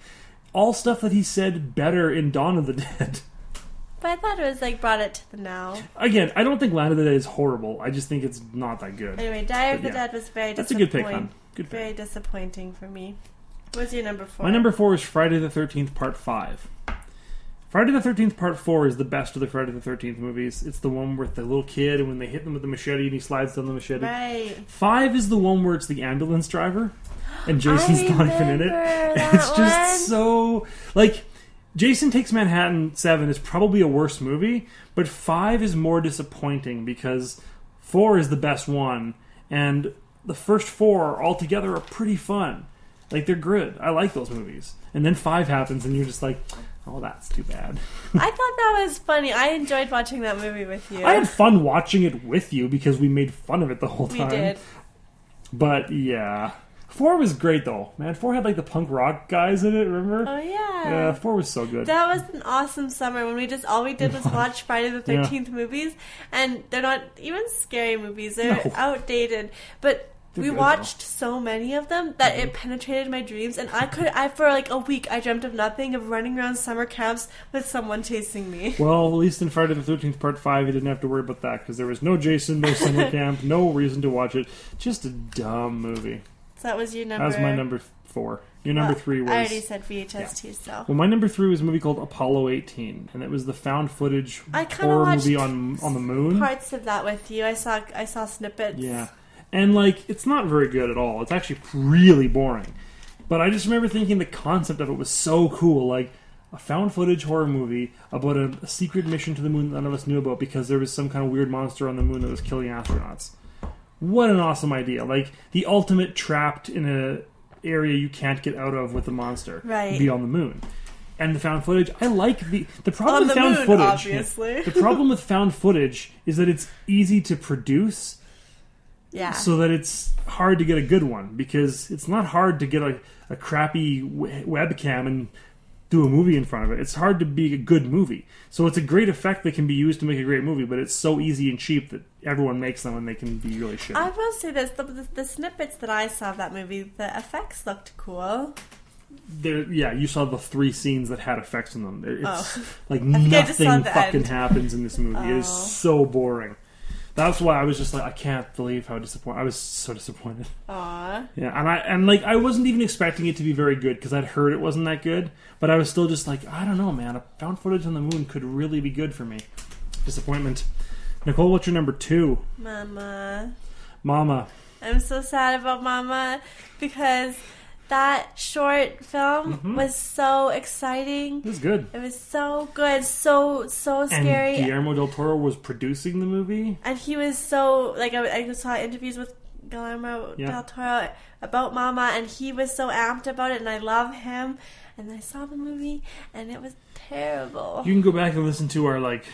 Speaker 2: All stuff that he said better in Dawn of the Dead. [LAUGHS]
Speaker 3: but I thought it was like brought it to the now.
Speaker 2: Again, I don't think Land of the Dead is horrible. I just think it's not that good.
Speaker 3: Anyway, Diary of the
Speaker 2: But yeah.
Speaker 3: Dead was very
Speaker 2: That's a good pick,
Speaker 3: disappointing.
Speaker 2: hon. Good pick.
Speaker 3: Very disappointing for me. What's your number four?
Speaker 2: My number four is Friday the 13th, Part 5. Friday the 13th, Part 4 is the best of the Friday the 13th movies. It's the one with the little kid and when they hit them with the machete and he slides down the machete.
Speaker 3: Right.
Speaker 2: Five is the one where it's the ambulance driver, and Jason's
Speaker 3: I
Speaker 2: not even in it. [LAUGHS]
Speaker 3: remember that
Speaker 2: It's just
Speaker 3: one.
Speaker 2: so like Jason Takes Manhattan. Seven is probably a worse movie, but five is more disappointing because four is the best one, and the first four altogether are pretty fun. Like they're good. I like those movies. And then five happens, and you're just like, oh, that's too bad.
Speaker 3: I thought that was funny. I enjoyed watching that movie with you.
Speaker 2: I had fun watching it with you because we made fun of it the whole
Speaker 3: we
Speaker 2: time.
Speaker 3: did.
Speaker 2: But yeah, four was great though, man. Four had like the punk rock guys in it. Remember?
Speaker 3: Oh yeah.
Speaker 2: yeah, four was so good.
Speaker 3: That was an awesome summer when we just all we
Speaker 2: [LAUGHS]
Speaker 3: did was watch Friday the
Speaker 2: Yeah.
Speaker 3: Thirteenth movies, and they're not even scary movies; they're
Speaker 2: No.
Speaker 3: outdated. But
Speaker 2: They're
Speaker 3: we
Speaker 2: good, Mm-hmm.
Speaker 3: watched so many of them that it penetrated my dreams, and I could, I for like a week, I dreamt of nothing of running around summer camps with someone chasing me.
Speaker 2: well, at least in Friday the Thirteenth Part Five, you didn't have to worry about that because there was no Jason, no
Speaker 3: [LAUGHS]
Speaker 2: summer camp, no reason to watch it. Just a dumb movie.
Speaker 3: So that was your
Speaker 2: That
Speaker 3: number.
Speaker 2: was my number four. Your number
Speaker 3: Well,
Speaker 2: three was.
Speaker 3: Oh, I already said VHS too, so
Speaker 2: Well, my number three was a movie called Apollo 18, and it was the found footage
Speaker 3: I kinda
Speaker 2: horror
Speaker 3: watched
Speaker 2: movie on on the moon.
Speaker 3: parts of that with you. I saw, I saw snippets.
Speaker 2: Yeah. And like it's not very good at all. It's actually really boring. But I just remember thinking the concept of it was so cool, like a found footage horror movie about a, a secret mission to the moon that none of us knew about because there was some kind of weird monster on the moon that was killing astronauts. What an awesome idea. Like the ultimate trapped in a area you can't get out of with a monster.
Speaker 3: Right.
Speaker 2: Be on the moon. And the found footage, I like the the problem
Speaker 3: On
Speaker 2: with
Speaker 3: the
Speaker 2: found
Speaker 3: moon,
Speaker 2: footage. [LAUGHS]
Speaker 3: obviously.
Speaker 2: The problem with found footage is that it's easy to produce
Speaker 3: yeah.
Speaker 2: so that it's hard to get a good one because it's not hard to get a, a crappy we- webcam and do a movie in front of it. It's hard to be a good movie. So it's a great effect that can be used to make a great movie, but it's so easy and cheap that everyone makes them and they can be really shitty.
Speaker 3: I will say this: the, the, the snippets that I saw of that movie, the effects looked cool.
Speaker 2: there, yeah, you saw the three scenes that had effects in them. There-
Speaker 3: [LAUGHS]
Speaker 2: It's like
Speaker 3: think Oh. I just
Speaker 2: nothing
Speaker 3: saw the
Speaker 2: fucking
Speaker 3: end. Oh.
Speaker 2: happens in this movie. It is so boring. That's why I was just like, I can't believe how disappointed. I was so disappointed.
Speaker 3: Aww.
Speaker 2: Yeah, and I and like I wasn't even expecting it to be very good because I'd heard it wasn't that good, but I was still just like, I don't know, man. A found footage on the moon could really be good for me. Disappointment. Nicole, what's your number two?
Speaker 3: Mama.
Speaker 2: Mama.
Speaker 3: I'm so sad about Mama because that short film
Speaker 2: Mm-hmm.
Speaker 3: was so exciting.
Speaker 2: This is good.
Speaker 3: It was so good, so so scary,
Speaker 2: And
Speaker 3: and,
Speaker 2: Guillermo del Toro was producing the movie.
Speaker 3: he was so like I, I saw interviews with Guillermo
Speaker 2: Yeah.
Speaker 3: del Toro about Mama, and he was so amped about it, and I love him. And I saw the movie, and it was terrible.
Speaker 2: You can go back and listen to our like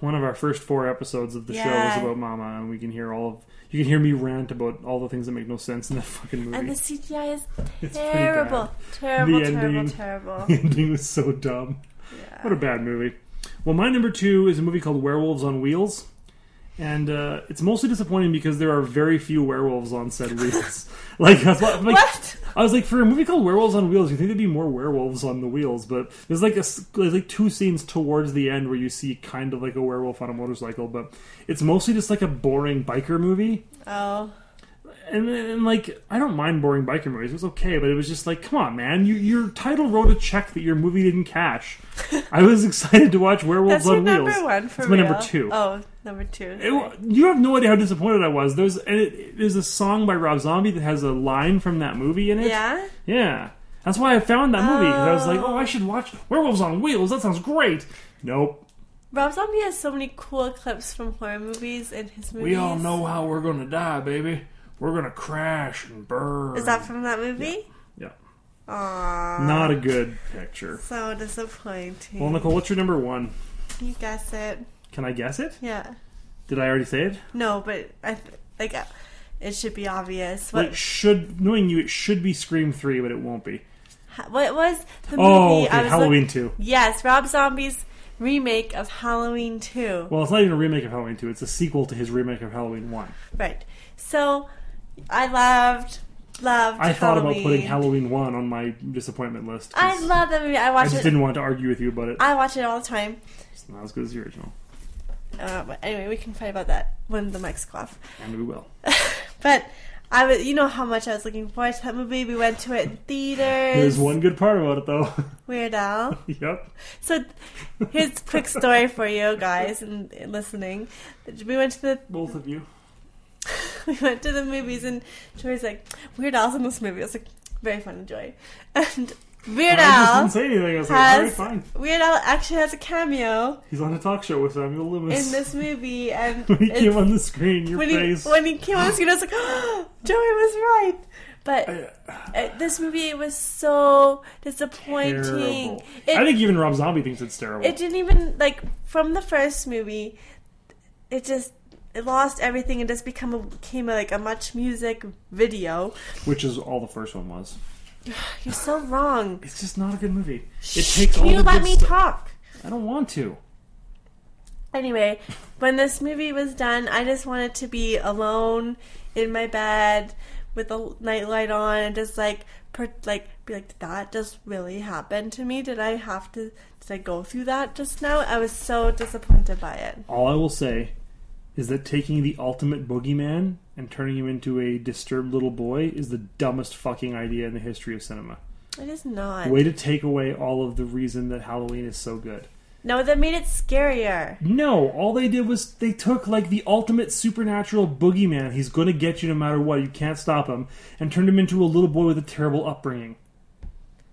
Speaker 2: one of our first four episodes of the show
Speaker 3: Yeah.
Speaker 2: was about Mama, and we can hear all of you can hear me rant about all the things that make no sense in that fucking movie.
Speaker 3: and the CGI is
Speaker 2: It's pretty
Speaker 3: terrible, terrible,
Speaker 2: The
Speaker 3: terrible,
Speaker 2: ending. [LAUGHS]
Speaker 3: terrible.
Speaker 2: The ending was so dumb. What a bad movie. Well, my number two is a movie called Werewolves on Wheels. And uh, it's mostly disappointing because there are very few werewolves on said wheels. [LAUGHS] like, I was, like
Speaker 3: What?
Speaker 2: I was like, for a movie called Werewolves on Wheels, you think there'd be more werewolves on the wheels? But there's like a s there's like two scenes towards the end where you see kind of like a werewolf on a motorcycle. But it's mostly just like a boring biker movie
Speaker 3: Oh,
Speaker 2: and, and like I don't mind boring
Speaker 3: [LAUGHS]
Speaker 2: biker movies. It was okay, but it was just like, come on, man, you your title wrote a check that your movie didn't cash. I was excited to watch Werewolves
Speaker 3: That's your
Speaker 2: on
Speaker 3: number
Speaker 2: Wheels.
Speaker 3: one for
Speaker 2: That's my
Speaker 3: real.
Speaker 2: number two.
Speaker 3: Oh, number two.
Speaker 2: It wa- you have no idea how disappointed I was. There's and it, there's a song by Rob Zombie that has a line from that movie in it.
Speaker 3: yeah.
Speaker 2: Yeah. That's why I found that movie. 'cause I was like, oh, I should watch Werewolves on Wheels. That sounds great. Nope.
Speaker 3: Rob Zombie has so many cool clips from horror movies in his movies.
Speaker 2: We all know how we're gonna die, baby. We're gonna crash and burn.
Speaker 3: Is that from that movie?
Speaker 2: yeah?
Speaker 3: Aww,
Speaker 2: Not a good picture.
Speaker 3: so disappointing.
Speaker 2: Well, Nicole, what's your number one?
Speaker 3: you guess it.
Speaker 2: Can I guess it?
Speaker 3: Yeah.
Speaker 2: Did I already say it?
Speaker 3: No, but I th- like uh, it should be obvious.
Speaker 2: It
Speaker 3: What
Speaker 2: should, knowing you, it should be Scream Three, but it won't be.
Speaker 3: ha- what was the movie?
Speaker 2: Oh,
Speaker 3: I
Speaker 2: okay,
Speaker 3: was
Speaker 2: Halloween
Speaker 3: look-
Speaker 2: Two.
Speaker 3: yes, Rob Zombie's remake of Halloween Two.
Speaker 2: Well, it's not even a remake of Halloween Two. It's a sequel to his remake of Halloween One.
Speaker 3: Right. So I loved loved.
Speaker 2: I thought
Speaker 3: Halloween.
Speaker 2: about putting Halloween One on my disappointment list. 'cause
Speaker 3: I love that movie. I
Speaker 2: I
Speaker 3: watch
Speaker 2: just
Speaker 3: it.
Speaker 2: didn't want to argue with you about it.
Speaker 3: I watch it all the time.
Speaker 2: It's not as good as the original,
Speaker 3: Uh, but anyway, we can fight about that when the mics go off. [LAUGHS]
Speaker 2: and we will.
Speaker 3: But I was, you know how much I was looking forward to that movie. We went to it in theaters.
Speaker 2: There's one good part about it, though. [LAUGHS]
Speaker 3: Weird Al.
Speaker 2: yep.
Speaker 3: So here's a quick story for you guys and, and listening. We went to the [LAUGHS]
Speaker 2: Both of you.
Speaker 3: we went to the movies and Joy's like Weird Al's in this movie. I was like very fun, Joy. And Weird
Speaker 2: I
Speaker 3: Al
Speaker 2: just didn't say anything. I was like, all right,
Speaker 3: has
Speaker 2: fine.
Speaker 3: Weird Al actually has a cameo
Speaker 2: He's on a talk show with Samuel Loomis.
Speaker 3: in this movie,
Speaker 2: [LAUGHS]
Speaker 3: and
Speaker 2: when he
Speaker 3: it's-
Speaker 2: came on the screen, your
Speaker 3: when he,
Speaker 2: face.
Speaker 3: when he came on the screen, I was like, [GASPS] oh, Joey was right. But uh, this movie was so disappointing.
Speaker 2: terrible.
Speaker 3: It,
Speaker 2: I think even Rob Zombie thinks it's terrible.
Speaker 3: it didn't even like from the first movie. It just it lost everything and just become a, became a, like a much music video.
Speaker 2: which is all the first one was.
Speaker 3: You're so wrong.
Speaker 2: It's just not a good movie. It
Speaker 3: Shh,
Speaker 2: takes all
Speaker 3: you
Speaker 2: the
Speaker 3: let
Speaker 2: good
Speaker 3: me
Speaker 2: stu-
Speaker 3: talk.
Speaker 2: I don't want to.
Speaker 3: Anyway, when this movie was done, I just wanted to be alone in my bed with a nightlight on and just like, per- like, be like, did that just really happen to me? Did I have to? Did I go through that just now? I was so disappointed by it.
Speaker 2: All I will say is that taking the ultimate boogeyman and turning him into a disturbed little boy is the dumbest fucking idea in the history of cinema.
Speaker 3: It is not.
Speaker 2: Way to take away all of the reason that Halloween is so good.
Speaker 3: No, that made it scarier.
Speaker 2: No, all they did was they took like the ultimate supernatural boogeyman. He's going to get you no matter what. You can't stop him, and turned him into a little boy with a terrible upbringing.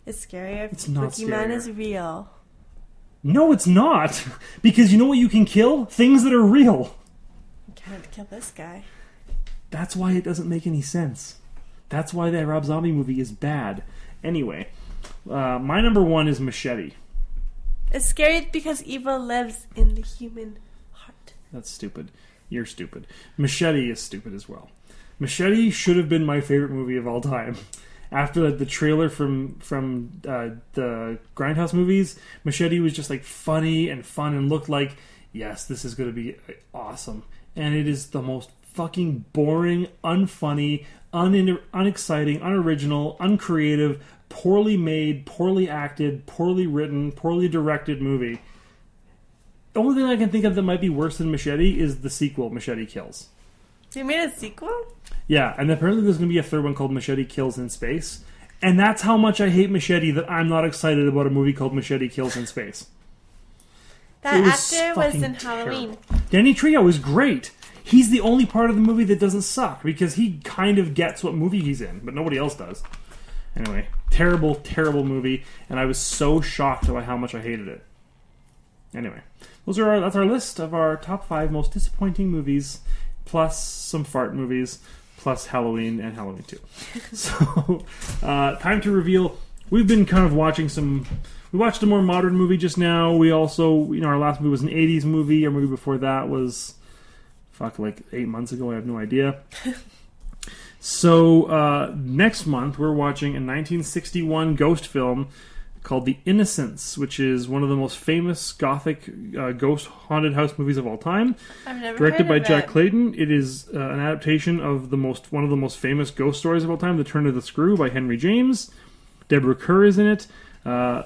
Speaker 3: It's scarier.
Speaker 2: It's not
Speaker 3: Boogeyman
Speaker 2: scarier.
Speaker 3: is real.
Speaker 2: No, it's not, [LAUGHS] because you know what you can kill? Things that are real.
Speaker 3: I can't kill this guy.
Speaker 2: That's why it doesn't make any sense. That's why that Rob Zombie movie is bad. Anyway, uh, my number one is Machete.
Speaker 3: It's scary because evil lives in the human heart.
Speaker 2: That's stupid. You're stupid. Machete is stupid as well. Machete should have been my favorite movie of all time. After the, the trailer from from uh, the Grindhouse movies, Machete was just like funny and fun and looked like, yes, this is going to be awesome. And it is the most fucking boring, unfunny, un- unexciting, unoriginal, uncreative, poorly made, poorly acted, poorly written, poorly directed movie. The only thing I can think of that might be worse than Machete is the sequel, Machete Kills.
Speaker 3: So you made a sequel?
Speaker 2: Yeah, and apparently there's going to be a third one called Machete Kills in Space. And that's how much I hate Machete that I'm not excited about a movie called Machete Kills in Space.
Speaker 3: That
Speaker 2: It was
Speaker 3: actor was
Speaker 2: fucking
Speaker 3: in Halloween.
Speaker 2: Danny Trejo is great. He's the only part of the movie that doesn't suck because he kind of gets what movie he's in, but nobody else does. Anyway, terrible, terrible movie, and I was so shocked by how much I hated it. Anyway, those are our, that's our list of our top five most disappointing movies, plus some fart movies, plus Halloween and Halloween Two. so, uh, time to reveal. We've been kind of watching some. We watched a more modern movie just now. We also, you know, our last movie was an '80s movie. Our movie before that was, fuck, like eight months ago. I have no idea. so uh, next month we're watching a 1961 ghost film called The Innocents, which is one of the most famous gothic uh, ghost haunted house movies of all time.
Speaker 3: I've never
Speaker 2: Directed by
Speaker 3: heard of
Speaker 2: Jack
Speaker 3: it.
Speaker 2: Clayton, it is uh, an adaptation of the most one of the most famous ghost stories of all time, The Turn of the Screw by Henry James. Deborah Kerr is in it. Uh,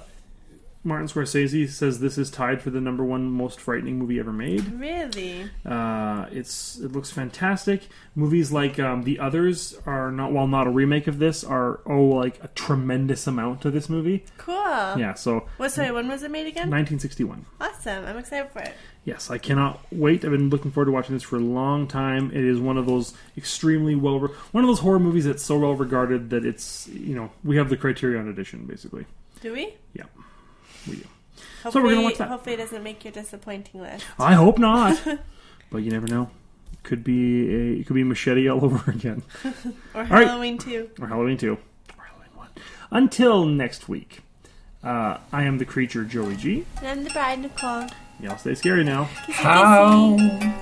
Speaker 2: Martin Scorsese says this is tied for the number one most frightening movie ever made.
Speaker 3: Really?
Speaker 2: Uh, it's it looks fantastic. Movies like um, The Others are not while not a remake of this are oh like a tremendous amount to this movie.
Speaker 3: Cool.
Speaker 2: Yeah, so
Speaker 3: What, sorry, when was it made again?
Speaker 2: 1961.
Speaker 3: Awesome. I'm excited for it.
Speaker 2: Yes, I cannot wait. I've been looking forward to watching this for a long time. It is one of those extremely well, one of those horror movies that's so well regarded that it's you know we have the Criterion edition basically.
Speaker 3: Do we?
Speaker 2: Yeah, we do.
Speaker 3: Hopefully,
Speaker 2: we're gonna watch that.
Speaker 3: Hopefully, it doesn't make your disappointing list.
Speaker 2: I
Speaker 1: [LAUGHS]
Speaker 2: hope not, but you never know. Could be a it could be machete all [LAUGHS] over again,
Speaker 3: Or
Speaker 2: right.
Speaker 3: Halloween too.
Speaker 2: or Halloween two, or Halloween one. Until next week, uh, I am the creature Joey G.
Speaker 3: And I'm the bride, Nicole.
Speaker 2: Y'all stay scary now.
Speaker 1: How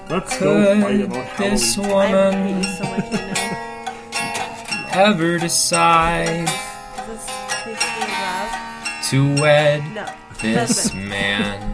Speaker 2: Let's go fight
Speaker 1: could
Speaker 2: about Halloween.
Speaker 1: this
Speaker 3: I
Speaker 1: woman
Speaker 3: hate you so much, you know.
Speaker 1: ever decide
Speaker 3: Does this make me love?
Speaker 1: to wed
Speaker 3: No.
Speaker 1: this
Speaker 3: Doesn't.
Speaker 1: man?